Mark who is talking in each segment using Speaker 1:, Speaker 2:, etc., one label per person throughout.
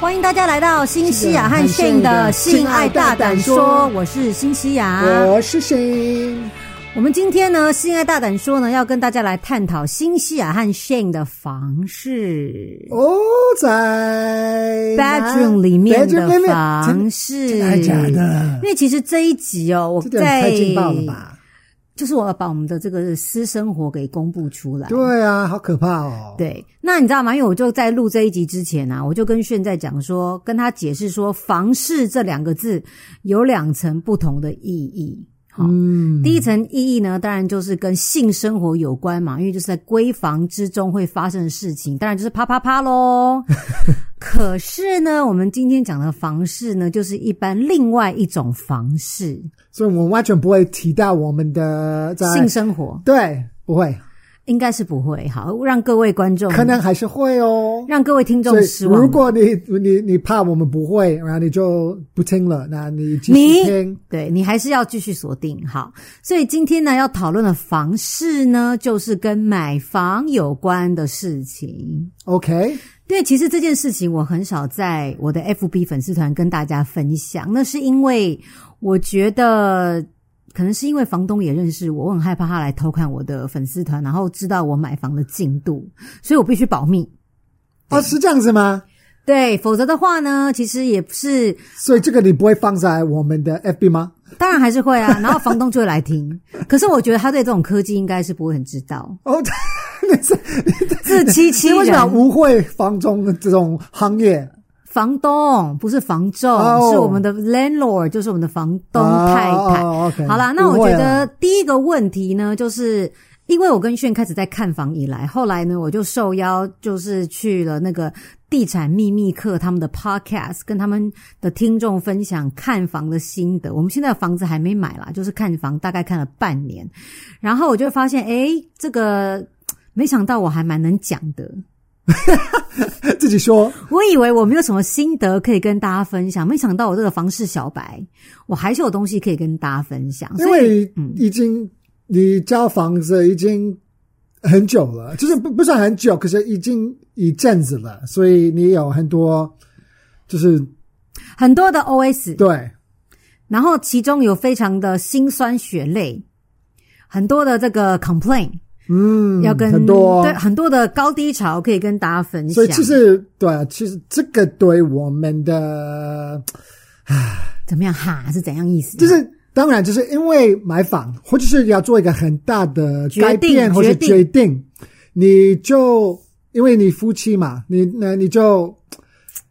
Speaker 1: 欢迎大家来到新西亚和信的性爱大胆说，我是新西亚。
Speaker 2: 我是谁？
Speaker 1: 我们今天呢，性爱大胆说呢，要跟大家来探讨新西亚和 Shane 的房事
Speaker 2: 哦，在
Speaker 1: bedroom 里面
Speaker 2: bedroom
Speaker 1: 的
Speaker 2: 里面
Speaker 1: 房事，
Speaker 2: 真的假的
Speaker 1: 因？为其实这一集哦，我
Speaker 2: 这点太
Speaker 1: 在
Speaker 2: 劲爆了吧？
Speaker 1: 就是我要把我们的这个私生活给公布出来。
Speaker 2: 对啊，好可怕哦！
Speaker 1: 对，那你知道吗？因为我就在录这一集之前啊，我就跟炫在讲说，跟他解释说“房事”这两个字有两层不同的意义。好、
Speaker 2: 嗯，
Speaker 1: 第一层意义呢，当然就是跟性生活有关嘛，因为就是在闺房之中会发生的事情，当然就是啪啪啪 喽。可是呢，我们今天讲的房事呢，就是一般另外一种房事，
Speaker 2: 所以我们完全不会提到我们的在
Speaker 1: 性生活
Speaker 2: 对，不会，
Speaker 1: 应该是不会。好，让各位观众
Speaker 2: 可能还是会哦。
Speaker 1: 让各位听
Speaker 2: 所
Speaker 1: 众
Speaker 2: 以
Speaker 1: 失望了。
Speaker 2: 如果你你你怕我们不会，然后你就不听了，那你继续
Speaker 1: 你
Speaker 2: 听。
Speaker 1: 对你还是要继续锁定好，所以今天呢要讨论的房事呢，就是跟买房有关的事情。
Speaker 2: OK，
Speaker 1: 对，其实这件事情我很少在我的 FB 粉丝团跟大家分享，那是因为我觉得可能是因为房东也认识我，我很害怕他来偷看我的粉丝团，然后知道我买房的进度，所以我必须保密。
Speaker 2: 哦，是这样子吗？
Speaker 1: 对，否则的话呢，其实也不是
Speaker 2: 所以这个你不会放在我们的 FB 吗？
Speaker 1: 当然还是 会啊，然后房东就会来听。可是我觉得他对这种科技应该是不会很知道，
Speaker 2: 哦， 你是
Speaker 1: 自欺欺
Speaker 2: 你 为什么要
Speaker 1: 人。
Speaker 2: 污秽房中的这种行业？
Speaker 1: 房东不是房仲
Speaker 2: 哦
Speaker 1: 是我们的 landlord，就是我们的房东
Speaker 2: 哦
Speaker 1: 太太。
Speaker 2: 哦，OK
Speaker 1: 好啦，那我
Speaker 2: 误
Speaker 1: 觉
Speaker 2: 会啊
Speaker 1: 得
Speaker 2: 了
Speaker 1: 第一个问题呢，就是因为我跟炫开始在看房以来，后来呢，我就受邀就是去了那个地产秘密课他们的 podcast，跟他们的听众分享看房的心得。我们现在房子还没买啦，就是看房大概看了半年，然后我就发现，诶，这个。没想到我还蛮能讲的，
Speaker 2: 自己说
Speaker 1: 我以为我没有什么心得可以跟大家分享，没想到我这个房事小白，我还是有东西可以跟大家分享。
Speaker 2: 因
Speaker 1: 所以
Speaker 2: 为已经、你交房子已经很久了，就是不不算很久，可是已经一阵子了，所以你有很多就是
Speaker 1: 很多的 OS，
Speaker 2: 对
Speaker 1: 然后其中有非常的辛酸血泪，很多的这个 complain，
Speaker 2: 嗯，
Speaker 1: 要跟、
Speaker 2: 很多
Speaker 1: 对很多的高低潮可以跟大家分享。
Speaker 2: 所以其实对啊，其实这个对我们的
Speaker 1: 怎么样哈是怎样意思？
Speaker 2: 就是。当然，就是因为买房，或者是要做一个很大的改
Speaker 1: 决定
Speaker 2: 变，或者
Speaker 1: 决定
Speaker 2: 决定，你就因为你夫妻嘛，你那你就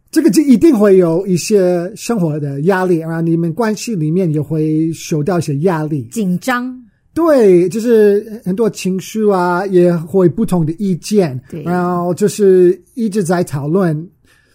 Speaker 2: 这个就一定会有一些生活的压力，然后你们关系里面也会受到一些压力。
Speaker 1: 紧张，
Speaker 2: 对，就是很多情绪啊，也会不同的意见，
Speaker 1: 对
Speaker 2: 然后就是一直在讨论，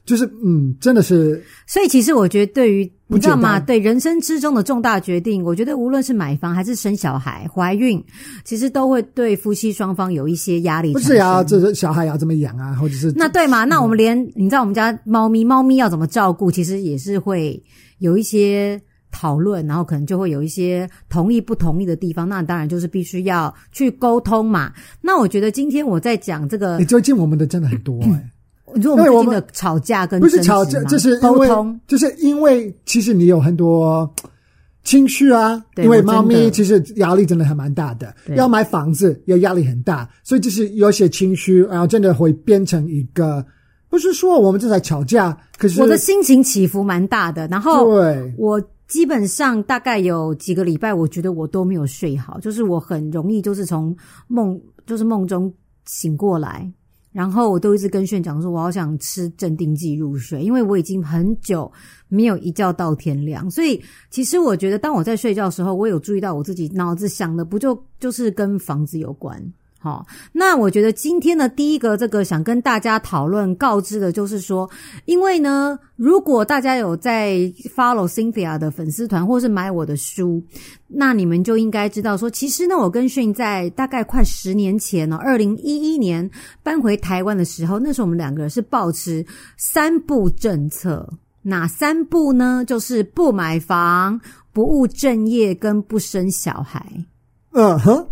Speaker 2: 就是嗯，真的是
Speaker 1: 所以其实我觉得，对于你
Speaker 2: 不
Speaker 1: 知道
Speaker 2: 简单
Speaker 1: 吗？对人生之中的重大决定，我觉得无论是买房还是生小孩、怀孕，其实都会对夫妻双方有一些压力
Speaker 2: 不
Speaker 1: 产
Speaker 2: 是啊
Speaker 1: 生。
Speaker 2: 要这个小孩要怎么养啊，或者是
Speaker 1: 那对嘛？那我们连你知道我们家猫咪，猫咪要怎么照顾，其实也是会有一些讨论，然后可能就会有一些同意不同意的地方。那当然就是必须要去沟通嘛。那我觉得今天我在讲这个
Speaker 2: 你，最近我们的真的很多哎、
Speaker 1: 嗯你说我
Speaker 2: 对
Speaker 1: 们最
Speaker 2: 我
Speaker 1: 近
Speaker 2: 们
Speaker 1: 的吵架跟
Speaker 2: 不是
Speaker 1: 争执
Speaker 2: 吵架，
Speaker 1: 嘛
Speaker 2: 这是因
Speaker 1: 沟
Speaker 2: 为
Speaker 1: 通。
Speaker 2: 就是因为其实你有很多情绪啊，
Speaker 1: 对
Speaker 2: 因为
Speaker 1: 我真的
Speaker 2: 猫咪其实压力真的还蛮大的
Speaker 1: 对，
Speaker 2: 要买房子也压力很大，所以就是有些情绪，然后真的会变成一个，不是说我们正在吵架，可是
Speaker 1: 我的心情起伏蛮大的，然后
Speaker 2: 对
Speaker 1: 我基本上大概有几个礼拜，我觉得我都没有睡好，就是我很容易就是从梦就是梦中醒过来，然后我都一直跟炫讲说，我好想吃镇定剂入睡，因为我已经很久没有一觉到天亮，所以其实我觉得当我在睡觉的时候，我有注意到我自己脑子想的不就就是跟房子有关。好、那我觉得今天的第一个这个想跟大家讨论告知的就是说，因为呢，如果大家有在 follow Cynthia 的粉丝团，或是买我的书，那你们就应该知道说，其实呢，我跟迅在大概快十年前呢、哦，二零一一年搬回台湾的时候，那时候我们两个人是抱持三不政策，哪三不呢？就是不买房、不务正业跟不生小孩。
Speaker 2: 嗯哼，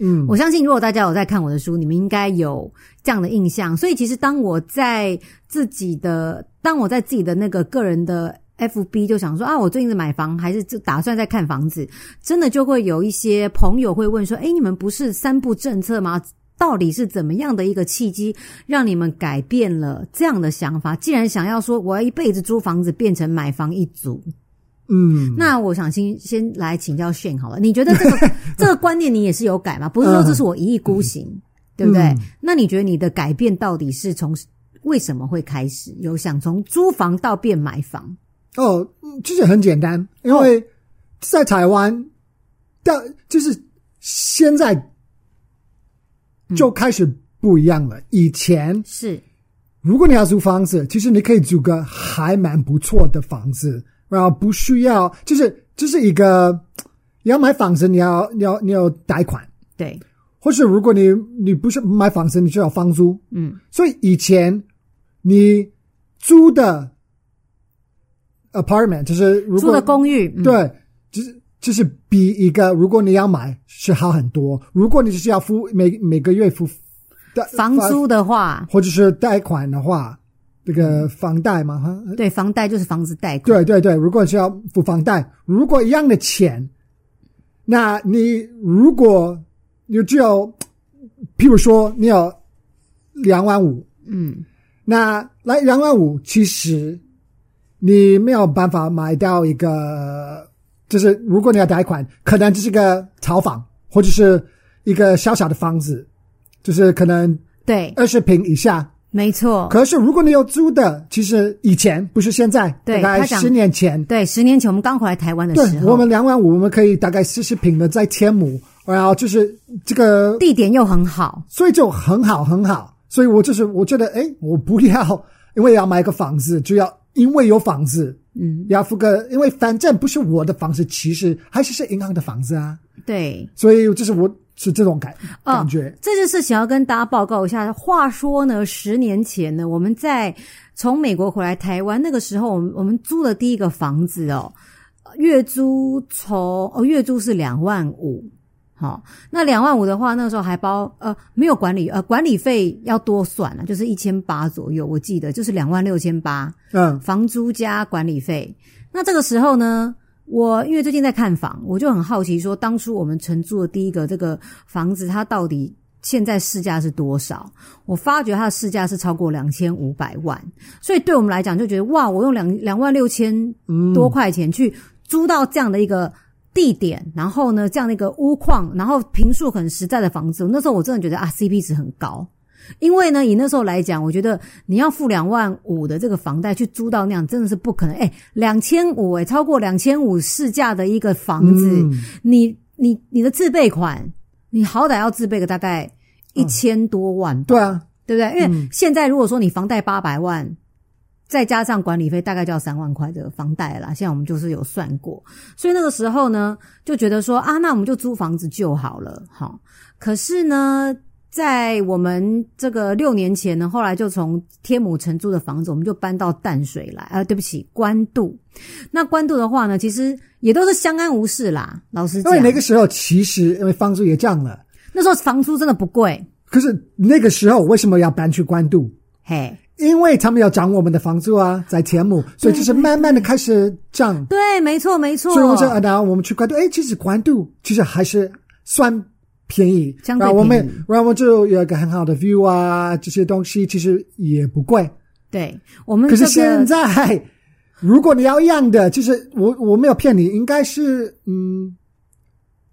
Speaker 2: 嗯
Speaker 1: 我相信，如果大家有在看我的书，你们应该有这样的印象。所以，其实当我在自己的，当我在自己的那个个人的 FB 就想说啊，我最近在买房，还是就打算在看房子，真的就会有一些朋友会问说，哎，你们不是三不政策吗？到底是怎么样的一个契机，让你们改变了这样的想法？既然想要说我要一辈子租房子，变成买房一族，
Speaker 2: 嗯，
Speaker 1: 那我想先先来请教炫好了，你觉得这 个这个观念你也是有改吗？不是说这是我一意孤行，对不对？
Speaker 2: 嗯
Speaker 1: 那你觉得你的改变到底是从为什么会开始？有想从租房到变买房？
Speaker 2: 哦，嗯其实很简单，因
Speaker 1: 哦
Speaker 2: 为在台湾，到、就是现在
Speaker 1: 嗯
Speaker 2: 就开始不一样了。以前
Speaker 1: 是
Speaker 2: 如果你要租房子，其实你可以租个还蛮不错的房子，然后不需要，就是就是一个你要买房子，你要你要你要贷款，
Speaker 1: 对，
Speaker 2: 或是如果你你不是买房子，你就要房租。
Speaker 1: 嗯，
Speaker 2: 所以以前你租的 apartment 就是如
Speaker 1: 租
Speaker 2: 果
Speaker 1: 的公寓，嗯、
Speaker 2: 对，就是就是比一个如果你要买是好很多。如果你只是要付每每个月付的
Speaker 1: 房租的话，
Speaker 2: 或者是贷款的话，这
Speaker 1: 嗯
Speaker 2: 个房贷嘛，哈，
Speaker 1: 对，房贷就是房子贷款，
Speaker 2: 对对对，如果是要付房贷，如果一样的钱，那你如果你只有，譬如说你有两万五，
Speaker 1: 嗯，
Speaker 2: 那来两万五，其实你没有办法买到一个，就是如果你要贷款，可能就是个炒房或者是一个小小的房子，就是可能
Speaker 1: 对，
Speaker 2: 二十平以下。
Speaker 1: 没错，
Speaker 2: 可是如果你有租的，其实以前不是现在，
Speaker 1: 对
Speaker 2: 大概
Speaker 1: 他讲
Speaker 2: 十年前，
Speaker 1: 对，十年前我们刚回来台湾的时
Speaker 2: 对
Speaker 1: 候，
Speaker 2: 我们两万五，我们可以大概四十平的在天母，然后就是这个
Speaker 1: 地点又很好，
Speaker 2: 所以就很好很好。所以我就是我觉得，哎，我不要， 因为要买个房子，就要因为有房子，
Speaker 1: 嗯，
Speaker 2: 要付个，因为反正不是我的房子，其实还是是银行的房子啊。
Speaker 1: 对，
Speaker 2: 所以就是我是这种感
Speaker 1: 哦
Speaker 2: 感觉，
Speaker 1: 这件事情要跟大家报告一下。话说呢，十年前呢，我们在从美国回来台湾那个时候，我们我们租的第一个房子哦，月租从哦月租是两万五。好、那两万五的话，那个时候还包呃没有管理呃管理费要多算了、就是一千八左右，我记得就是两万六千八。
Speaker 2: 嗯
Speaker 1: 房租加管理费。那这个时候呢，我因为最近在看房，我就很好奇说，当初我们承租的第一个这个房子，它到底现在市价是多少？我发觉它的市价是超过两千五百万，所以对我们来讲就觉得哇，我用两两万六千多块钱去租到这样的一个。地点，然后呢，这样的一个屋况，然后平数很实在的房子，那时候我真的觉得啊，CP 值很高。因为呢，以那时候来讲，我觉得你要付两万五的这个房贷去租到那样，真的是不可能。哎，两千五，哎，超过两千五市价的一个房子，
Speaker 2: 嗯
Speaker 1: 你你你的自备款，你好歹要自备个大概一千多万吧，
Speaker 2: 对啊，
Speaker 1: 对不对？因为现在如果说你房贷八百万，再加上管理费，大概就要三万块的房贷啦。现在我们就是有算过，所以那个时候呢，就觉得说啊，那我们就租房子就好了，好。可是呢，在我们这个六年前呢，后来就从天母承租的房子，我们就搬到淡水来，啊，对不起，关渡。那关渡的话呢，其实也都是相安无事啦。老实
Speaker 2: 因
Speaker 1: 讲，
Speaker 2: 为那个时候其实因为房租也降了，
Speaker 1: 那时候房租真的不贵，
Speaker 2: 可是那个时候为什么要搬去关渡？
Speaker 1: 嘿，
Speaker 2: 因为他们要涨我们的房租啊，在天母，所以就是慢慢的开始涨。
Speaker 1: 对，没错，没错。
Speaker 2: 所以我就然后我们去关渡，哎，其实关渡其实还是算便宜，
Speaker 1: 相对
Speaker 2: 然后我们
Speaker 1: 便宜
Speaker 2: 然后我们就有一个很好的 view 啊，这些东西其实也不贵。
Speaker 1: 对我们
Speaker 2: 可
Speaker 1: 这
Speaker 2: 是
Speaker 1: 个
Speaker 2: 现在，如果你要一样的，就是我我没有骗你，应该是嗯，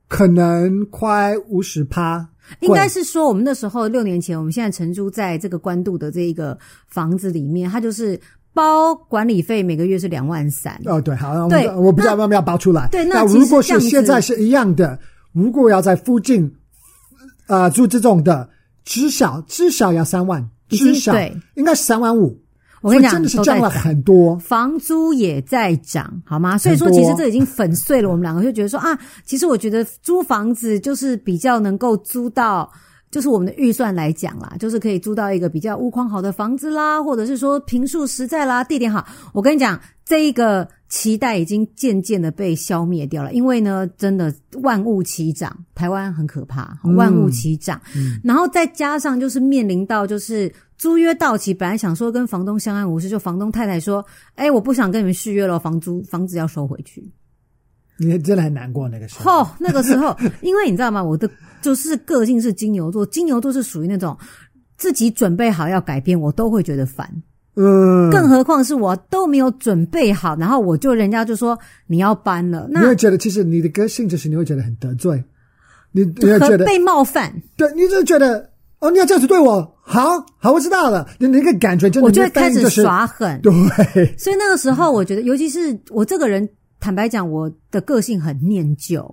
Speaker 2: 可能快五十趴，
Speaker 1: 应该
Speaker 2: 是
Speaker 1: 是说，我们那时候六年前，我们现在承租在这个关渡的这一个房子里面，它就是包管理费，每个月是两万三。
Speaker 2: 哦，对，好，
Speaker 1: 对
Speaker 2: 我我不知道
Speaker 1: 那
Speaker 2: 要不要报出来。
Speaker 1: 对那
Speaker 2: 那
Speaker 1: 其实
Speaker 2: 如果
Speaker 1: 这
Speaker 2: 是
Speaker 1: 样子
Speaker 2: 现在是一样的，如果要在附近，啊住这种的，至少至少要三万，
Speaker 1: 已经
Speaker 2: 至少
Speaker 1: 对
Speaker 2: 应该是三万五。
Speaker 1: 我跟你
Speaker 2: 所以
Speaker 1: 讲，
Speaker 2: 真的是
Speaker 1: 都
Speaker 2: 降
Speaker 1: 在
Speaker 2: 了很多。
Speaker 1: 房租也在涨，好吗？所以说，
Speaker 2: 很多
Speaker 1: 其实这已经粉碎了我们两个，就觉得说啊，其实我觉得租房子就是比较能够租到就是我们的预算来讲啦，就是可以租到一个比较屋况好的房子啦，或者是说平数实在啦，地点好。我跟你讲，这一个期待已经渐渐的被消灭掉了，因为呢，真的万物齐涨，台湾很可怕，万物齐涨。然后再加上就是面临到就是租约到期，本来想说跟房东相安无事，就房东太太说：“哎，我不想跟你们续约了，房租房子要收回去。”
Speaker 2: 你真的很难过那个时候。
Speaker 1: 哦，那个时 候，因为你知道吗？我的就是个性是金牛座，金牛座是属于那种自己准备好要改变，我都会觉得烦，
Speaker 2: 嗯，
Speaker 1: 更何况是我都没有准备好，然后我就人家就说你要搬了，
Speaker 2: 你
Speaker 1: 那
Speaker 2: 会觉得其实你的个性就是你会觉得很得罪，你你会觉
Speaker 1: 和
Speaker 2: 得
Speaker 1: 被冒犯，
Speaker 2: 对，你就觉得哦，你要这样子对我，好好，我知道了，你那个感觉真的，
Speaker 1: 我就会
Speaker 2: 你的
Speaker 1: 开
Speaker 2: 反应
Speaker 1: 始
Speaker 2: 就是
Speaker 1: 耍狠。
Speaker 2: 对，
Speaker 1: 所以那个时候，我觉得，尤其是我这个人，坦白讲，我的个性很念旧。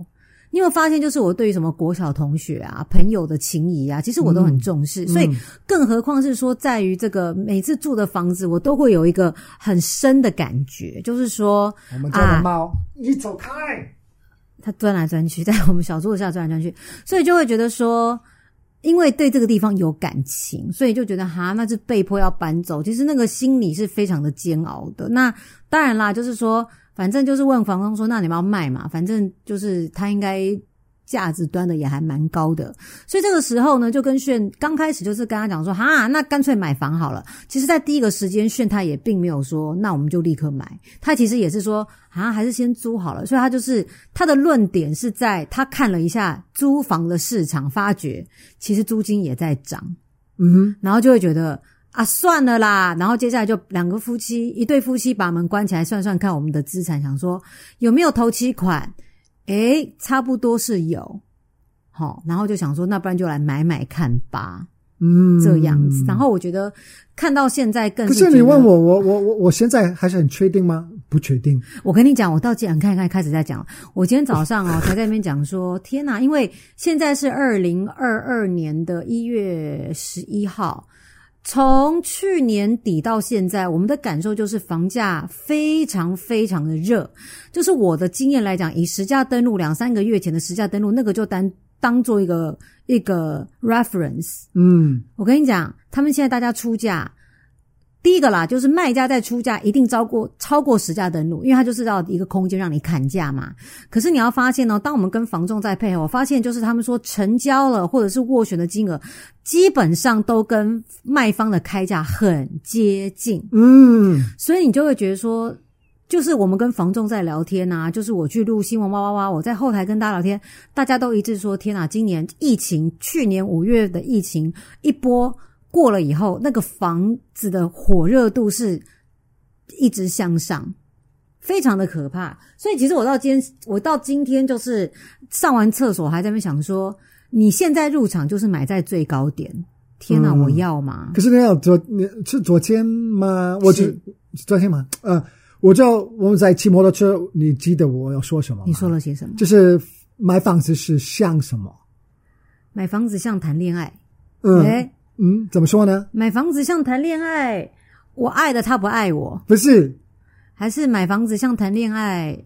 Speaker 1: 你有没有发现，就是我对于什么国小同学啊、朋友的情谊啊，其实我都很重视。所以，更何况是说，在于这个每次住的房子，我都会有一个很深的感觉，就是说
Speaker 2: 我们家的
Speaker 1: 啊，
Speaker 2: 猫，你走开，
Speaker 1: 它钻来钻去，在我们小桌子下钻来钻去， 所以就会觉得说，因为对这个地方有感情，所以就觉得哈，那是被迫要搬走。其实那个心理是非常的煎熬的。那当然啦，就是说，反正就是问房东说，那你们要卖嘛？反正就是他应该价值端的也还蛮高的，所以这个时候呢，就跟炫刚开始就是跟他讲说，哈，那干脆买房好了。其实，在第一个时间，炫他也并没有说，那我们就立刻买。他其实也是说，啊，还是先租好了。所以他就是他的论点是在他看了一下租房的市场，发觉其实租金也在涨。
Speaker 2: 嗯
Speaker 1: 然后就会觉得啊，算了啦。然后接下来就两个夫妻，一对夫妻把门关起来算算看我们的资产，想说有没有头期款？诶，差不多是有。好、然后就想说，那不然就来买买看吧，
Speaker 2: 嗯，
Speaker 1: 这样子。然后我觉得看到现在更
Speaker 2: 可
Speaker 1: 觉
Speaker 2: 是
Speaker 1: 得
Speaker 2: 你问，我，我我我我现在还是很确定吗？不确定。
Speaker 1: 我跟你讲，我到今天看看开始在讲了，我今天早上哦才在那边讲说，天哪，因为现在是二零二二年的一月十一号，从去年底到现在，我们的感受就是房价非常非常的热。就是我的经验来讲，以实价登录两三个月前的实价登录，那个就当当做一个一个 reference，
Speaker 2: 嗯，
Speaker 1: 我跟你讲，他们现在大家出价，第一个啦，就是卖家在出价一定超过超过实价登录，因为他就是要一个空间让你砍价嘛。可是你要发现呢、哦当我们跟房仲在配合，我发现就是他们说成交了或者是斡旋的金额，基本上都跟卖方的开价很接近。
Speaker 2: 嗯，
Speaker 1: 所以你就会觉得说，就是我们跟房仲在聊天啊，就是我去录新闻哇哇哇，我在后台跟大家聊天，大家都一致说，天啊，今年疫情，去年五月的疫情一波过了以后，那个房子的火热度是一直向上。非常的可怕，所以其实我到今天，我到今天就是上完厕所还在那边想说，你现在入场就是买在最高点，天哪，
Speaker 2: 嗯
Speaker 1: 我要吗？
Speaker 2: 可是那样昨你是昨天吗？我就是昨天吗？呃，我就我们在骑摩托车，你记得我要说什么吗？
Speaker 1: 你说了些什么？
Speaker 2: 就是买房子是像什么？
Speaker 1: 买房子像谈恋爱，
Speaker 2: 嗯、
Speaker 1: 哎、
Speaker 2: 嗯，怎么说呢？
Speaker 1: 买房子像谈恋爱，我爱的他不爱我，
Speaker 2: 不是，
Speaker 1: 还是买房子像谈恋爱，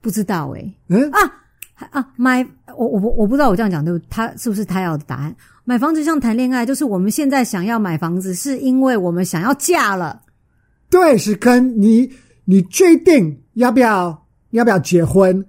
Speaker 1: 不知道哎、
Speaker 2: 嗯
Speaker 1: 还啊，买我我我不知道我这样讲对不？他是不是他要的答案？买房子像谈恋爱，就是我们现在想要买房子，是因为我们想要嫁了。
Speaker 2: 对，是跟你你确定要不要要不要结婚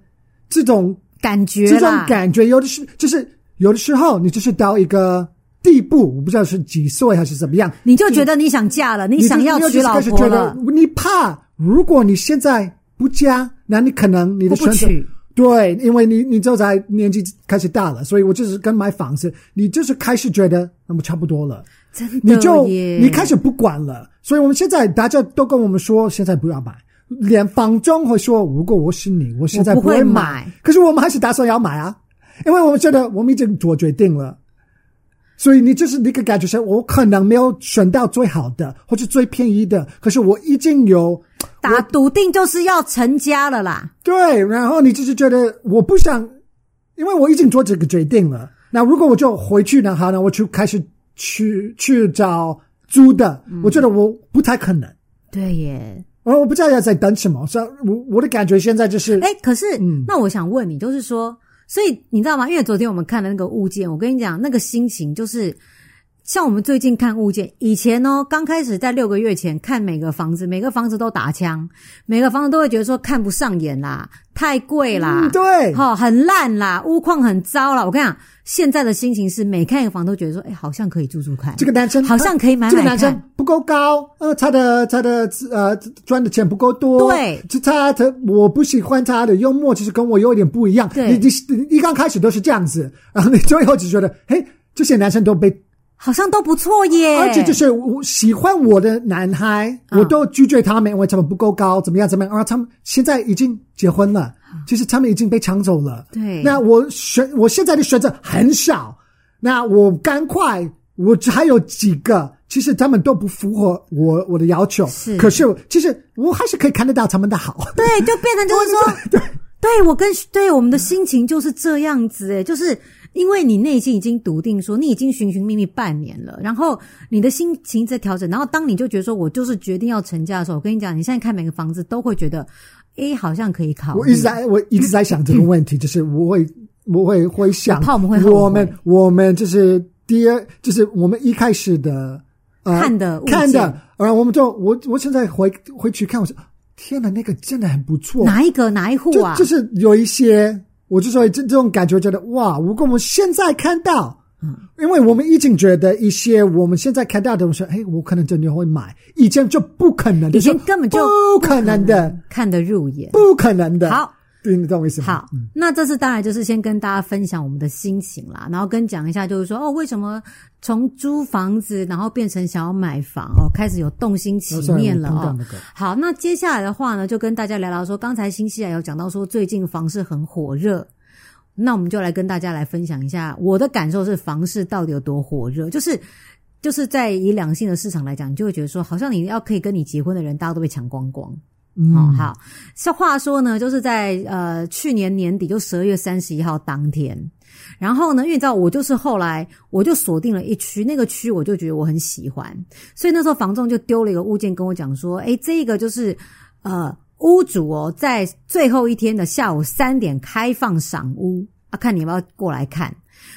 Speaker 2: 这种
Speaker 1: 感觉
Speaker 2: 这种
Speaker 1: 啦，
Speaker 2: 感觉，有的是就是有的时候你就是到一个地步，我不知道是几岁还是怎么样，
Speaker 1: 你就觉得你想嫁了，你
Speaker 2: 就
Speaker 1: 想要娶老
Speaker 2: 你就
Speaker 1: 婆
Speaker 2: 开始觉得
Speaker 1: 了，
Speaker 2: 你怕，如果你现在不嫁，那你可能你
Speaker 1: 我
Speaker 2: 的
Speaker 1: 不
Speaker 2: 选择
Speaker 1: 娶。
Speaker 2: 对，因为你你就在年纪开始大了，所以我就是跟买房子，你就是开始觉得那么差不多了，
Speaker 1: 真的
Speaker 2: 你就
Speaker 1: 耶
Speaker 2: 你开始不管了。所以我们现在大家都跟我们说，现在不要买。连房东会说，如果我是你，我现在
Speaker 1: 我不会
Speaker 2: 会
Speaker 1: 买
Speaker 2: 可是我们还是打算要买啊，因为我们觉得我们已经做决定了。所以你就是那个感觉是，我可能没有选到最好的或是最便宜的，可是我已经有
Speaker 1: 打笃定就是要成家了啦。
Speaker 2: 对，然后你就是觉得我不想，因为我已经做这个决定了。那如果我就回去呢？好，那我就开始去去找租的，
Speaker 1: 嗯
Speaker 2: 我觉得我不太可能，
Speaker 1: 对耶，
Speaker 2: 然后我不知道要在等什么。所以我我的感觉现在就是，
Speaker 1: 哎、可是、
Speaker 2: 嗯
Speaker 1: 那我想问你，就是说，所以你知道吗？因为昨天我们看的那个物件，我跟你讲，那个心情就是像我们最近看物件，以前哦，刚开始在六个月前看每个房子，每个房子都打枪，每个房子都会觉得说看不上眼啦，太贵啦
Speaker 2: 嗯，，对，
Speaker 1: 好、很烂啦，屋况很糟啦。我跟你讲，现在的心情是每看一个房都觉得说，哎、好像可以住住看，
Speaker 2: 这个男生
Speaker 1: 好像可以买
Speaker 2: 这个
Speaker 1: 买
Speaker 2: 男生
Speaker 1: 看。
Speaker 2: 不够高，呃，他的他的呃赚的钱不够多，
Speaker 1: 对
Speaker 2: 就他他我不喜欢他的幽默，其实跟我有点不一样。
Speaker 1: 对
Speaker 2: 你你你一刚开始都是这样子，然后你最后就觉得，嘿，这些男生都被，
Speaker 1: 好像都不错耶，
Speaker 2: 而且就是我喜欢我的男孩，
Speaker 1: 嗯
Speaker 2: 我都拒绝他们，因为他们不够高，怎么样怎么样，然后他们现在已经结婚了，其实他们已经被抢走了。
Speaker 1: 啊对，
Speaker 2: 那我选我现在的选择很少，那我赶快，我还有几个，其实他们都不符合我我的要求，
Speaker 1: 是
Speaker 2: 可是其实我还是可以看得到他们的好，
Speaker 1: 对，就变成就是说，对，我跟对我们的心情就是这样子，哎，就是因为你内心已经笃定说，你已经寻寻觅觅半年了，然后你的心情在调整，然后当你就觉得说我就是决定要成家的时候，我跟你讲，你现在看每个房子都会觉得，诶，好嗯像可以考虑，
Speaker 2: 我一直在我一直在想这个问题，就是我会我会会想，
Speaker 1: 我怕我们会后悔
Speaker 2: 我们我们就是第二，就是我们一开始的、呃、
Speaker 1: 看的物件
Speaker 2: 看的，然后我们就我我现在回回去看，我说天哪，那个真的很不错，
Speaker 1: 哪一个哪一户
Speaker 2: 就
Speaker 1: 啊？
Speaker 2: 就是有一些，我就说这这种感觉，觉得哇，如果我们现在看到，
Speaker 1: 嗯
Speaker 2: 因为我们已经觉得一些我们现在看到的东西，哎，我可能真的会买，以前就不可能的，
Speaker 1: 以前根本就
Speaker 2: 不可能的，
Speaker 1: 看得入眼。
Speaker 2: 不可能的。
Speaker 1: 好，
Speaker 2: 嗯对，你懂我意思吗？
Speaker 1: 好，那这次当然就是先跟大家分享我们的心情啦，然后跟讲一下，就是说哦，为什么从租房子，然后变成想要买房哦，开始有动心起
Speaker 2: 哦，sorry，
Speaker 1: 念了
Speaker 2: 我碰到
Speaker 1: 哦
Speaker 2: 那个。
Speaker 1: 好，那接下来的话呢，就跟大家聊聊说，刚才新西兰有讲到说最近房市很火热。那我们就来跟大家来分享一下我的感受是房市到底有多火热，就是就是在以两性的市场来讲，你就会觉得说，好像你要可以跟你结婚的人，大家都被抢光光。哦，
Speaker 2: 嗯，
Speaker 1: 好。是话说呢，就是在呃去年年底，就十二月三十一号当天，然后呢，因为你知道，我就是后来我就锁定了一区，那个区我就觉得我很喜欢，所以那时候房仲就丢了一个物件跟我讲说，诶，这个就是呃屋主哦，在最后一天的下午三点开放赏屋啊，看你要不要过来看。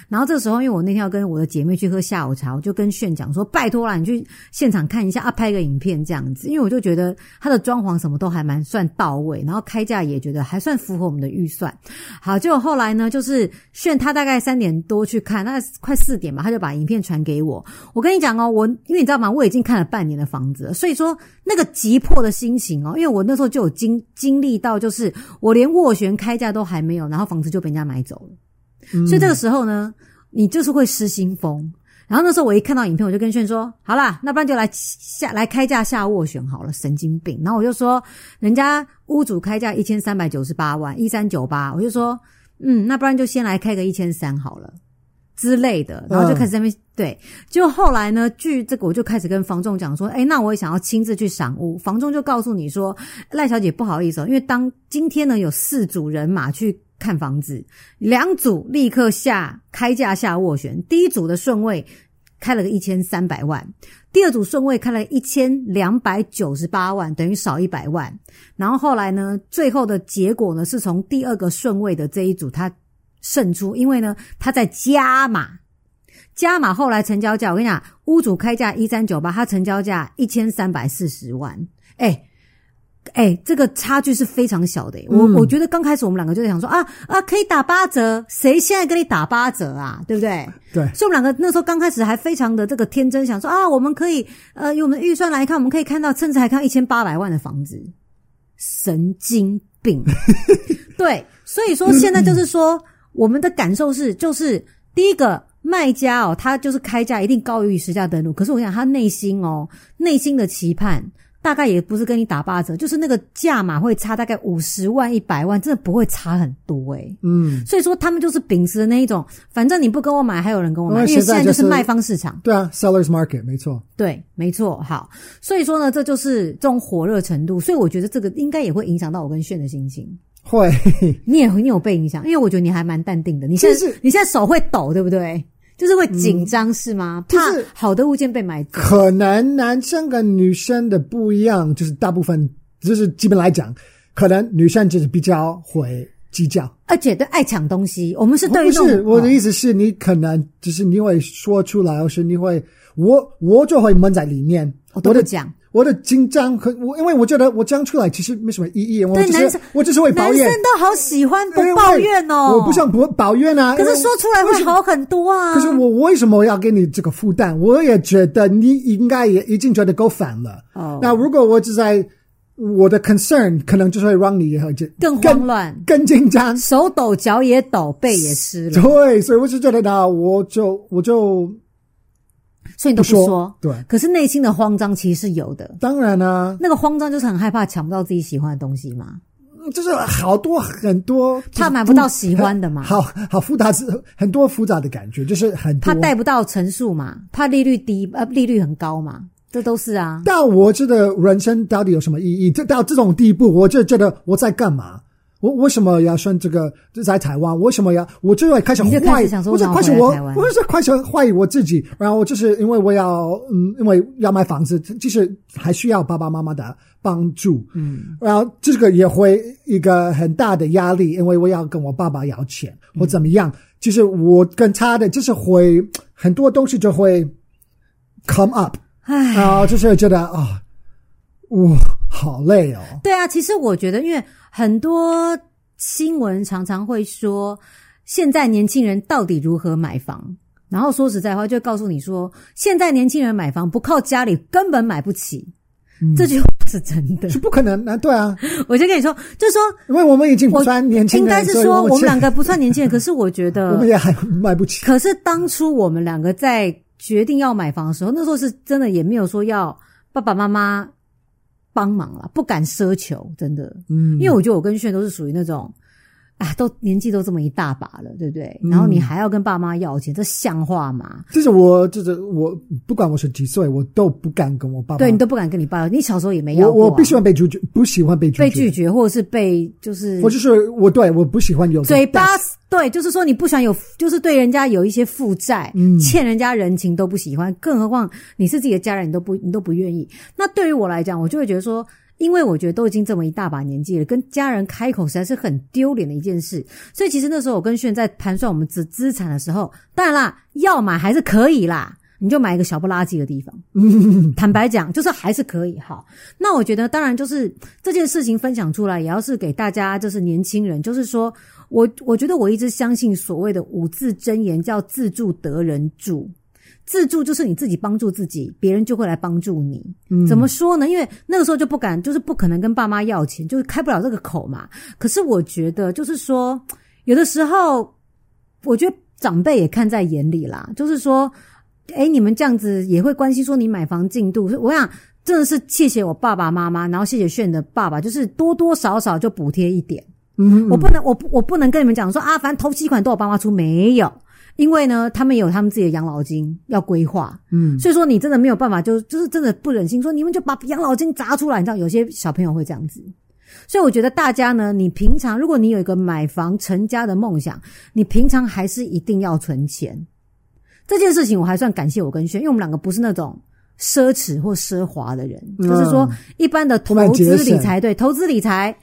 Speaker 1: 然后这时候，因为我那天要跟我的姐妹去喝下午茶，我就跟炫讲说：“拜托啦，你去现场看一下啊，拍个影片这样子。”因为我就觉得它的装潢什么都还蛮算到位，然后开价也觉得还算符合我们的预算。好，结果后来呢，就是炫他大概三点多去看，那快四点吧，他就把影片传给我。我跟你讲哦，我因为你知道吗，我已经看了半年的房子了，所以说那个急迫的心情哦，因为我那时候就有经经历到，就是我连斡旋开价都还没有，然后房子就被人家买走了。所以这个时候呢，你就是会失心疯。然后那时候我一看到影片，我就跟炫说：“好啦，那不然就来下来开价下斡旋好了，神经病。”然后我就说：“人家屋主开价一千三百九十八万，一三九八。”我就说：“嗯，那不然就先来开个一千三好了。”之类的，然后就开始在那边、对，就后来呢，据这个我就开始跟房仲讲说，哎，那我也想要亲自去赏屋。房仲就告诉你说，赖小姐不好意思哦，因为当今天呢有四组人马去看房子，两组立刻下开价下斡旋，第一组的顺位开了个一千三百万，第二组顺位开了一千两百九十八万，等于少一百万。然后后来呢，最后的结果呢是从第二个顺位的这一组他胜出，因为呢他在加码。加码后来成交价，我跟你讲，屋主开价一三九八，他成交价一千三百四十万，哎、哎、这个差距是非常小的、欸我、
Speaker 2: 嗯
Speaker 1: 我觉得刚开始我们两个就在想说啊啊，可以打八折，谁现在跟你打八折啊？对不对？
Speaker 2: 对，
Speaker 1: 所以我们两个那时候刚开始还非常的这个天真，想说啊，我们可以呃，以我们的预算来看，我们可以看到，甚至还看一千八百万的房子，神经病。对，所以说现在就是说，我们的感受是，就是第一个卖家哦，他就是开价一定高于实价登录，可是我想他内心哦，内心的期盼。大概也不是跟你打八折，就是那个价码会差大概五十万、一百万，真的不会差很多欸诶、
Speaker 2: 嗯，
Speaker 1: 所以说他们就是秉持的那一种，反正你不跟我买，还有人跟我买，
Speaker 2: 因为
Speaker 1: 因为现在就
Speaker 2: 哦现在就是是
Speaker 1: 卖方市场。
Speaker 2: 对啊，sellers market 没错，
Speaker 1: 对，没错，好，所以说呢，这就是这种火热程度，所以我觉得这个应该也会影响到我跟炫的心情。
Speaker 2: 会
Speaker 1: 你也你有被影响，因为我觉得你还蛮淡定的，你现
Speaker 2: 就
Speaker 1: 在
Speaker 2: 是
Speaker 1: 你现在手会抖，对不对？就是会紧张、是吗？怕
Speaker 2: 就是
Speaker 1: 好的物件被买走，
Speaker 2: 可能男生跟女生的不一样，就是大部分就是基本来讲，可能女生就是比较会计较。
Speaker 1: 而且对爱抢东西，我们是对于
Speaker 2: 不
Speaker 1: 那种
Speaker 2: 是我的
Speaker 1: 哦
Speaker 2: 意思是你可能就是你会说出来，或是你会我我就会闷在里面。
Speaker 1: 我哦都不
Speaker 2: 我的
Speaker 1: 讲。
Speaker 2: 我的紧张和我，因为我觉得我讲出来其实没什么意义，我
Speaker 1: 对
Speaker 2: 只
Speaker 1: 男
Speaker 2: 是
Speaker 1: 生
Speaker 2: 我只是会抱
Speaker 1: 男
Speaker 2: 怨
Speaker 1: 生，都好喜欢不
Speaker 2: 因为
Speaker 1: 抱怨哦，
Speaker 2: 我不。想不抱怨啊。
Speaker 1: 可
Speaker 2: 因
Speaker 1: 是
Speaker 2: 为
Speaker 1: 说出来会好很多啊。
Speaker 2: 可是我为什么要给你这个负担？我也觉得你应该也已经觉得够烦了。
Speaker 1: 哦
Speaker 2: 那如果我只在我的 concern，可能就会让你很
Speaker 1: 更慌乱
Speaker 2: 更紧张。
Speaker 1: 手抖，脚也抖，背也湿了，
Speaker 2: 对，所以我就觉得呢，我就我就
Speaker 1: 所以你都不
Speaker 2: 不说
Speaker 1: 说。
Speaker 2: 对
Speaker 1: 可是内心的慌张其实是有的。
Speaker 2: 当然啊，
Speaker 1: 那个慌张就是很害怕抢不到自己喜欢的东西嘛，
Speaker 2: 就是好多很多，就是
Speaker 1: 怕买不到喜欢的嘛，
Speaker 2: 好好复杂，很多复杂的感觉，就是很多
Speaker 1: 怕贷不到成数嘛，怕利率低呃利率很高嘛，这都是啊。
Speaker 2: 但我觉得人生到底有什么意义？这到这种地步，我就觉得我在干嘛？我为什么要选这个？就在台湾，我为什么要？我就会开始
Speaker 1: 你就
Speaker 2: 怀
Speaker 1: 开
Speaker 2: 疑
Speaker 1: 始想，说
Speaker 2: 我就
Speaker 1: 我
Speaker 2: 开始
Speaker 1: 想回
Speaker 2: 我
Speaker 1: 来台，湾
Speaker 2: 我就是开始怀疑我自己。然后我就是因为我要，嗯，因为要买房子，就是还需要爸爸妈妈的帮助，嗯，然后这个也会一个很大的压力，因为我要跟我爸爸要钱
Speaker 1: 嗯
Speaker 2: 或怎么样。就是我跟他的，就是会很多东西就会 come up，
Speaker 1: 唉，
Speaker 2: 啊，就是觉得啊，我好累哦。
Speaker 1: 对啊，其实我觉得，因为很多新闻常常会说，现在年轻人到底如何买房？然后说实在话，就会告诉你说，现在年轻人买房不靠家里根本买不起，
Speaker 2: 嗯
Speaker 1: 这句话是真的。
Speaker 2: 是不可能啊，对啊，
Speaker 1: 我就跟你说，就说
Speaker 2: 因为我们已经不
Speaker 1: 我
Speaker 2: 算年轻
Speaker 1: 应
Speaker 2: 人，
Speaker 1: 该是
Speaker 2: 所以
Speaker 1: 说
Speaker 2: 我
Speaker 1: 我们两
Speaker 2: 个，
Speaker 1: 个不算年轻人，可是我觉
Speaker 2: 我们
Speaker 1: 得，
Speaker 2: 也还买不起。
Speaker 1: 可是当初我们两个在决定要买房的时候，那时候是真的也没有说要爸爸妈妈帮忙啦，不敢奢求，真的。
Speaker 2: 嗯，
Speaker 1: 因为我觉得我跟炫都是属于那种，啊，都年纪都这么一大把了，对不对？然后
Speaker 2: 嗯
Speaker 1: 你还要跟爸妈要钱，这像话吗？
Speaker 2: 就是我，就是我，不管我是几岁，我都不敢跟我爸爸。
Speaker 1: 对你都不敢跟你爸要，你小时候也没要
Speaker 2: 我
Speaker 1: 过啊、
Speaker 2: 我不喜欢被拒绝，不喜欢被拒绝。
Speaker 1: 被拒绝，或者是被就是
Speaker 2: 我就是我，对，我不喜欢有
Speaker 1: 嘴巴对，就是说你不喜欢有，就是对人家有一些负债，欠人家人情都不喜欢，更何况你是自己的家人，你都不你都不愿意。那对于我来讲，我就会觉得说。因为我觉得都已经这么一大把年纪了，跟家人开口实在是很丢脸的一件事。所以其实那时候我跟炫在盘算我们资资产的时候，当然啦，要买还是可以啦，你就买一个小不拉几的地方。坦白讲，就是还是可以哈。那我觉得，当然就是这件事情分享出来，也要是给大家，就是年轻人，就是说我我觉得我一直相信所谓的五字真言，叫自助得人助。自助就是你自己帮助自己，别人就会来帮助你。怎么说呢？因为那个时候就不敢，就是不可能跟爸妈要钱，就是开不了这个口嘛。可是我觉得，就是说，有的时候，我觉得长辈也看在眼里啦，就是说，哎，你们这样子也会关心说你买房进度。我想真的是谢谢我爸爸妈妈，然后谢谢炫的爸爸，就是多多少少就补贴一点。
Speaker 2: 嗯，
Speaker 1: 我不能，我不我不能跟你们讲说啊，反正头期款都我爸妈出，没有，因为呢，他们有他们自己的养老金要规划，
Speaker 2: 嗯，
Speaker 1: 所以说你真的没有办法，就就是真的不忍心说你们就把养老金砸出来，你知道有些小朋友会这样子。所以我觉得大家呢，你平常如果你有一个买房成家的梦想，你平常还是一定要存钱。这件事情我还算感谢我跟轩，因为我们两个不是那种奢侈或奢华的人，
Speaker 2: 嗯
Speaker 1: 就是说一般的投
Speaker 2: 我们很节
Speaker 1: 资
Speaker 2: 省
Speaker 1: 理财，对投资理财，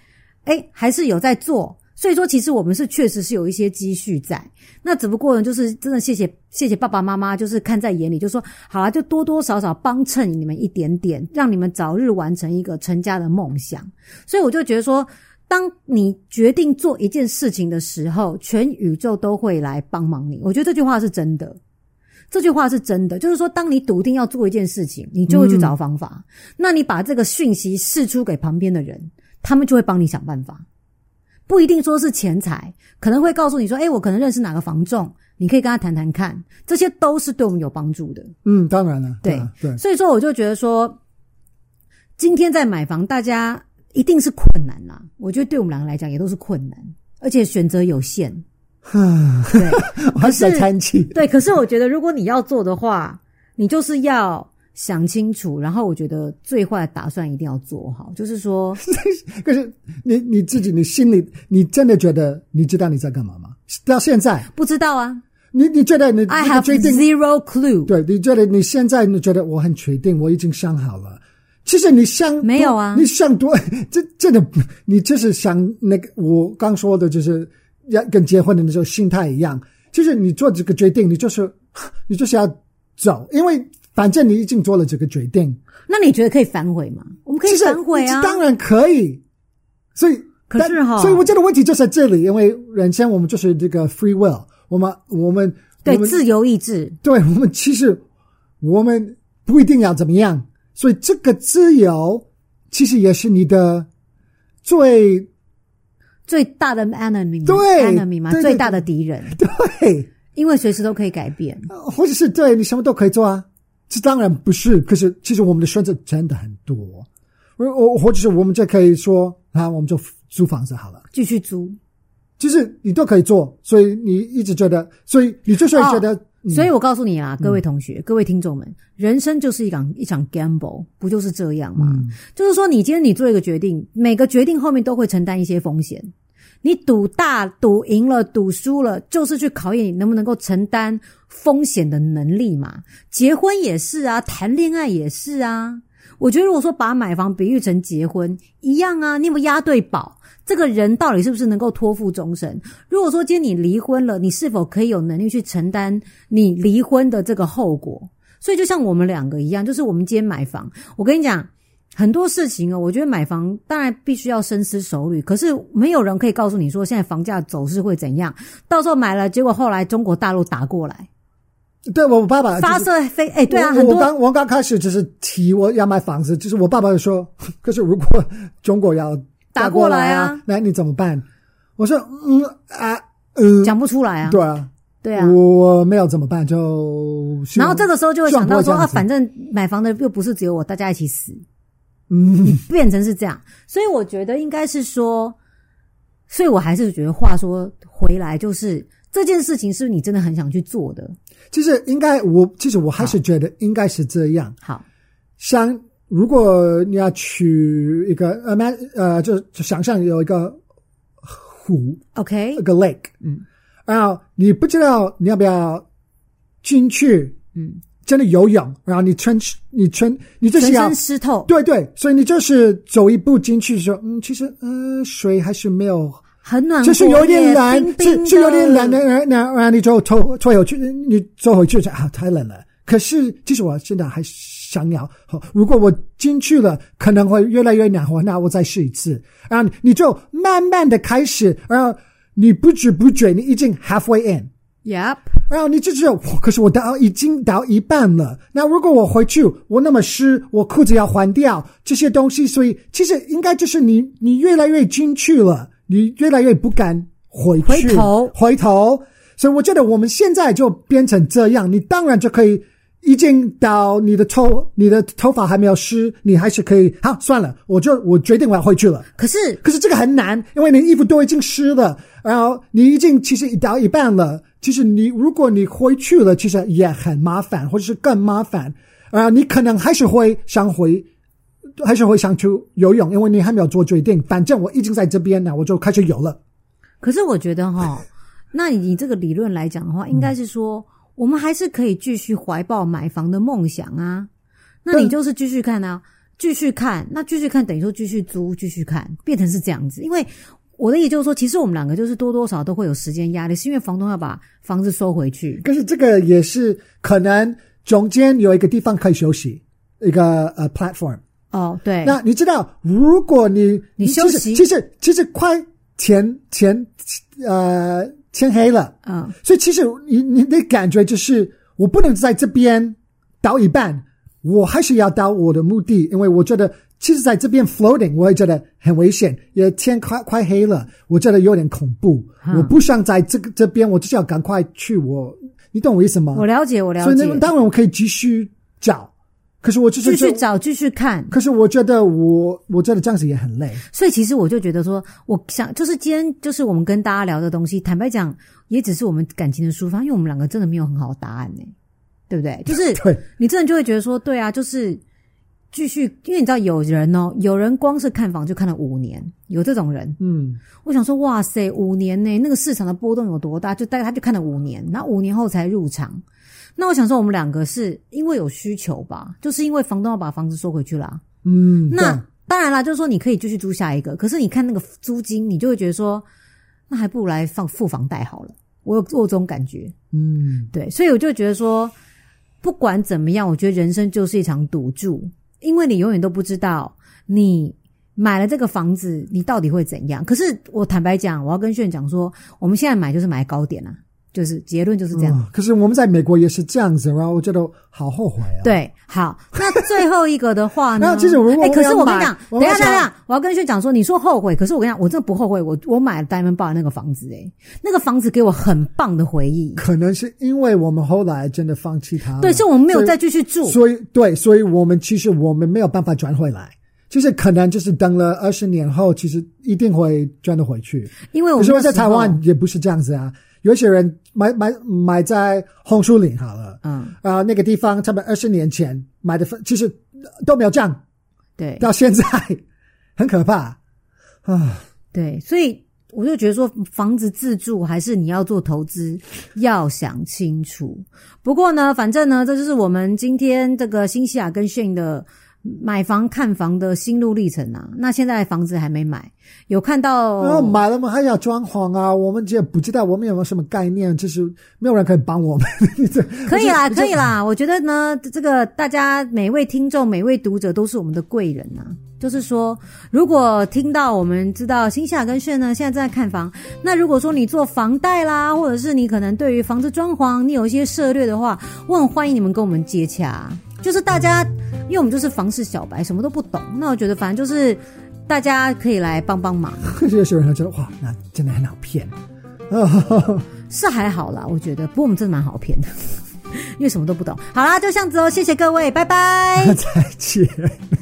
Speaker 1: 哎，还是有在做。所以说，其实我们是确实是有一些积蓄在，那只不过呢，就是真的谢谢谢谢爸爸妈妈，就是看在眼里，就说好啊啦，就多多少少帮衬你们一点点，让你们早日完成一个成家的梦想。所以我就觉得说，当你决定做一件事情的时候，全宇宙都会来帮忙你。我觉得这句话是真的。这句话是真的，就是说，当你笃定要做一件事情，你就会
Speaker 2: 嗯
Speaker 1: 去找方法。那你把这个讯息释出给旁边的人，他们就会帮你想办法。不一定说是钱财，可能会告诉你说：“哎、我可能认识哪个房仲，你可以跟他谈谈看。”这些都是对我们有帮助的。
Speaker 2: 嗯，当然了，
Speaker 1: 对
Speaker 2: 啊对，
Speaker 1: 所以说，我就觉得说，今天在买房，大家一定是困难啦。我觉得对我们两个来讲也都是困难，而且选择有限。对，
Speaker 2: 我还是在叹气。
Speaker 1: 对，可是我觉得如果你要做的话，你就是要想清楚，然后我觉得最坏的打算一定要做好，就是说，
Speaker 2: 可是你你自己，你心里，你真的觉得你知道你在干嘛吗？到现在，
Speaker 1: 不知道啊
Speaker 2: 你你觉得你
Speaker 1: ，I
Speaker 2: 这个
Speaker 1: have
Speaker 2: 决定
Speaker 1: zero clue。
Speaker 2: 对，你觉得你现在你觉得我很确定，我已经想好了，其实你想
Speaker 1: 没有啊
Speaker 2: 你想多，这真的不，你就是想那个我刚说的，就是要跟结婚的那时候心态一样。其实你做这个决定，你就是 你就是要走，因为反正你已经做了这个决定，
Speaker 1: 那你觉得可以反悔吗？我们可以
Speaker 2: 其实
Speaker 1: 反悔啊，
Speaker 2: 当然可以。所以，
Speaker 1: 可
Speaker 2: 但
Speaker 1: 是哈
Speaker 2: 所以我觉得问题就在这里，因为人生我们就是这个 free will，我们我们
Speaker 1: 对
Speaker 2: 我们
Speaker 1: 自由意志，
Speaker 2: 对我们其实我们不一定要怎么样，所以这个自由其实也是你的最
Speaker 1: 最大的 enemy，
Speaker 2: 对
Speaker 1: enemy 嘛，
Speaker 2: 对对
Speaker 1: 最大的敌人，
Speaker 2: 对，
Speaker 1: 因为随时都可以改变。
Speaker 2: 或者是对你什么都可以做啊。这当然不是，可是其实我们的选择真的很多。我我或者是我们就可以说啊，我们就租房子好了。
Speaker 1: 继续租，
Speaker 2: 就是你都可以做，所以你一直觉得，所以你就是觉得，嗯
Speaker 1: 哦所以我告诉你啊，各位同学、各位听众们，人生就是一场一场 gamble，不就是这样吗？
Speaker 2: 嗯
Speaker 1: 就是说，你今天你做一个决定，每个决定后面都会承担一些风险。你赌大、赌赢了、赌输了，就是去考验你能不能够承担风险的能力嘛。结婚也是啊，谈恋爱也是啊。我觉得如果说把买房比喻成结婚一样啊，你有没有押对宝？这个人到底是不是能够托付终身？如果说今天你离婚了，你是否可以有能力去承担你离婚的这个后果？所以就像我们两个一样，就是我们今天买房，我跟你讲。很多事情哦，我觉得买房当然必须要深思熟虑，可是没有人可以告诉你说现在房价走势会怎样。到时候买了，结果后来中国大陆打过来，
Speaker 2: 对我爸爸就是
Speaker 1: 发射飞，哎、对啊，
Speaker 2: 我
Speaker 1: 很
Speaker 2: 我
Speaker 1: 多
Speaker 2: 刚我刚开始就是提我要买房子，就是我爸爸就说，可是如果中国要
Speaker 1: 打
Speaker 2: 过
Speaker 1: 过来啊
Speaker 2: 啊，那你怎么办？我说，嗯啊，嗯，
Speaker 1: 讲不出来啊，
Speaker 2: 对啊，
Speaker 1: 对啊。
Speaker 2: 我没有怎么办就，
Speaker 1: 然后这
Speaker 2: 个
Speaker 1: 个时候就会想到
Speaker 2: 撞破这
Speaker 1: 说
Speaker 2: 样
Speaker 1: 啊，
Speaker 2: 子
Speaker 1: 反正买房的又不是只有我，大家一起死，
Speaker 2: 嗯，
Speaker 1: 变成是这样。所以我觉得应该是说，所以我还是觉得话说回来，就是这件事情是不是你真的很想去做的。
Speaker 2: 其实应该我其实我还是觉得应该是这样，
Speaker 1: 好，
Speaker 2: 像如果你要去一个呃那呃，就就想象有一个湖，
Speaker 1: OK，
Speaker 2: 一个 lake，
Speaker 1: 嗯，
Speaker 2: 然后你不知道你要不要进去，
Speaker 1: 嗯，
Speaker 2: 真的游泳，然后你全你全你就
Speaker 1: 全
Speaker 2: 是要
Speaker 1: 身湿透，
Speaker 2: 对对，所以你就是走一步进去说，嗯，其实嗯、呃水还是没有，
Speaker 1: 很暖和
Speaker 2: 就
Speaker 1: 耶，
Speaker 2: 是有点难，
Speaker 1: 冰冰
Speaker 2: 是
Speaker 1: 的
Speaker 2: 是有点难的，然后然后然后你就退退回去，你退回去啊，太冷了。可是其实我现在还想要，好，如果我进去了，可能会越来越暖和，那我再试一次。然后你就慢慢的开始，然后你不知不觉你已经 halfway in。
Speaker 1: Yep，
Speaker 2: 然后你就只有，我可是我到已经到一半了。那如果我回去，我那么湿，我裤子要换掉这些东西，所以其实应该就是你，你越来越进去了，你越来越不敢回去，
Speaker 1: 回头
Speaker 2: 回头。所以我觉得我们现在就变成这样，你当然就可以，已经到你的头，你的头发还没有湿，你还是可以。好，算了，我就我决定我要回去了。
Speaker 1: 可是
Speaker 2: 可是这个很难，因为你衣服都已经湿了，然后你已经其实到一半了。其实你如果你回去了，其实也很麻烦，或者是更麻烦。然后你可能还是会想回，还是会想去游泳，因为你还没有做决定。反正我已经在这边了，我就开始游了。
Speaker 1: 可是我觉得 哈，那以这个理论来讲的话，应该
Speaker 2: 嗯
Speaker 1: 是说、我们还是可以继续怀抱买房的梦想啊。那你
Speaker 2: 对
Speaker 1: 就是继续看啊，继续看，那继续看等于说继续租，继续看，变成是这样子。因为我的意思就是说，其实我们两个就是多多少少都会有时间压力，是因为房东要把房子收回去。
Speaker 2: 可是这个也是可能中间有一个地方可以休息，一个呃 platform。
Speaker 1: 哦，对，
Speaker 2: 那你知道，如果你
Speaker 1: 你
Speaker 2: 其实
Speaker 1: 休息
Speaker 2: 其实其实快天天呃天黑了。
Speaker 1: 嗯，
Speaker 2: 所以其实你你的感觉就是，我不能在这边到一半，我还是要到我的目的，因为我觉得其实在这边 floating，我也觉得很危险，也天快快黑了，我觉得有点恐怖，
Speaker 1: 嗯
Speaker 2: 我不想在这个这边，我就是要赶快去我，你懂我意思吗？
Speaker 1: 我了解，我了
Speaker 2: 所以
Speaker 1: 解
Speaker 2: 那，当然我可以继续找，可是我就是
Speaker 1: 继续
Speaker 2: 就。
Speaker 1: 找，继续看。
Speaker 2: 可是我觉得我我觉得这样子也很累，
Speaker 1: 所以其实我就觉得说，我想就是今天就是我们跟大家聊的东西，坦白讲，也只是我们感情的抒发，因为我们两个真的没有很好的答案呢、对不对？就是
Speaker 2: 对
Speaker 1: 你真的就会觉得说，对啊，就是继续，因为你知道有人哦，有人光是看房就看了五年，有这种人，
Speaker 2: 嗯，
Speaker 1: 我想说，哇塞，五年呢，那个市场的波动有多大？就大概他就看了五年，那五年后才入场。那我想说，我们两个是因为有需求吧，就是因为房东要把房子收回去啦、
Speaker 2: 嗯，
Speaker 1: 那
Speaker 2: 对
Speaker 1: 当然啦，就是说你可以继续租下一个，可是你看那个租金，你就会觉得说，那还不如来放付房贷好了。我有我有这种感觉，
Speaker 2: 嗯
Speaker 1: 对，所以我就觉得说，不管怎么样，我觉得人生就是一场赌注，因为你永远都不知道你买了这个房子，你到底会怎样。可是我坦白讲，我要跟炫讲说，我们现在买就是买高点啊，就是结论就是这样。
Speaker 2: 哦可是我们在美国也是这样子，然后我觉得好后悔啊。，
Speaker 1: 对，好，那最后一个的话呢？
Speaker 2: 那其实我如果
Speaker 1: 哎，可是
Speaker 2: 我要
Speaker 1: 我跟你
Speaker 2: 买
Speaker 1: 讲，
Speaker 2: 我
Speaker 1: 等一下，
Speaker 2: 要
Speaker 1: 等一
Speaker 2: 想
Speaker 1: 下，我要跟轩讲说，你说后悔，可是我跟你讲，我真的不后悔，我我买了 Diamond Bar 那个房子、哎，那个房子给我很棒的回忆，
Speaker 2: 可能是因为我们后来真的放弃它了，
Speaker 1: 对，所以我们没有
Speaker 2: 所以
Speaker 1: 再继续住，
Speaker 2: 所以对，所以我们其实我们没有办法转回来，就是可能就是等了二十年后，其实一定会转得回去。
Speaker 1: 因哦为我
Speaker 2: 可
Speaker 1: 们
Speaker 2: 是
Speaker 1: 那
Speaker 2: 我在
Speaker 1: 时候
Speaker 2: 台湾，也不是这样子啊，有一些人买买买在红树林好了，
Speaker 1: 嗯，
Speaker 2: 啊、那个地方差不多二十年前买的房，其实都没有涨，
Speaker 1: 对
Speaker 2: 到现在很可怕啊。
Speaker 1: 对，所以我就觉得说，房子自住还是你要做投资，要想清楚。不过呢，反正呢，这就是我们今天这个新西亚跟炫的。买房看房的心路历程啊，那现在房子还没买，有看到
Speaker 2: 然后买了嘛，还要装潢
Speaker 1: 哦
Speaker 2: 啊，我们也不知道我们有没有什么概念，就是没有人可以帮我们。 你这
Speaker 1: 可以啊啦，可以啦，我觉得呢，这个大家每位听众、每位读者都是我们的贵人呐、就是说，如果听到我们知道新夏跟炫呢现在正在看房，那如果说你做房贷啦，或者是你可能对于房子装潢你有一些涉略的话，我很欢迎你们跟我们接洽啊、就是大家，因为我们就是房市小白，什么都不懂，那我觉得反正就是大家可以来帮帮忙，
Speaker 2: 可是有些人会觉得哇，那真的很好骗啊。
Speaker 1: 是还好啦，我觉得。不过我们真的 蛮好骗的，因为什么都不懂。好啦，就这样子哦，谢谢各位，拜拜。
Speaker 2: 再见。